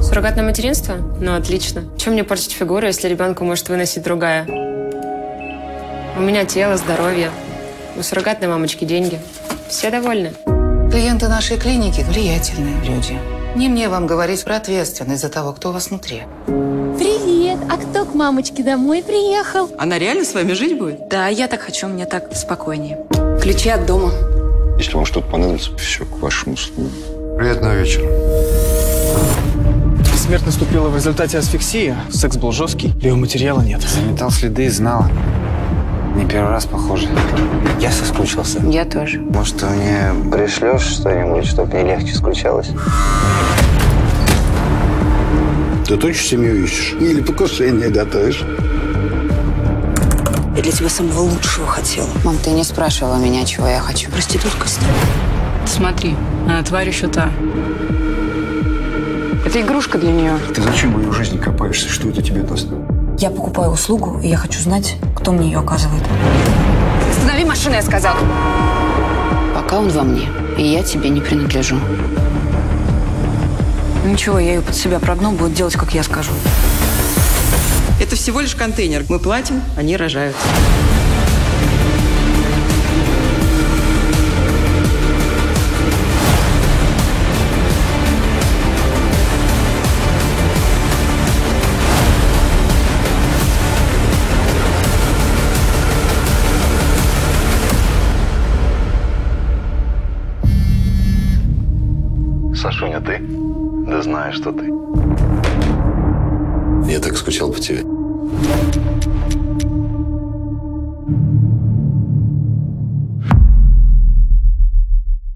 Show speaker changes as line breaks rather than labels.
Суррогатное материнство? Ну, отлично. Чем мне портить фигуру, если ребенку может выносить другая? У меня тело, здоровье. У суррогатной мамочки деньги. Все довольны.
Клиенты нашей клиники – влиятельные люди. Не мне вам говорить про ответственность за того, кто у вас внутри.
Привет! А кто к мамочке домой приехал?
Она реально с вами жить будет?
Да, я так хочу, мне так спокойнее. Ключи от дома.
Если вам что-то понадобится, все к вашим услугам.
Приятного вечера.
Смерть наступила в результате асфиксии. Секс был жесткий, биоматериала нет.
Заметал следы и знала. Не первый раз, похоже. Я соскучился.
Я тоже.
Может, ты мне
Пришлешь что-нибудь, чтобы мне легче скучалось?
Ты точно семью ищешь? Или покушение готовишь?
Я для тебя самого лучшего хотела.
Мам, ты не спрашивала меня, чего я хочу.
Проститутка с
Смотри, она тварь еще та. Это игрушка для нее.
Ты зачем в ее жизни копаешься? Что это тебе даст?
Я покупаю услугу, и я хочу знать, кто мне ее оказывает.
Останови машину, я сказал. Пока он во мне, и я тебе не принадлежу.
Ну, Ничего, я ее под себя прогну, будет делать, как я скажу. Это всего лишь контейнер. Мы платим, они рожают.
Сашуня, ты? Да знаю, что ты.
Я так скучал по тебе.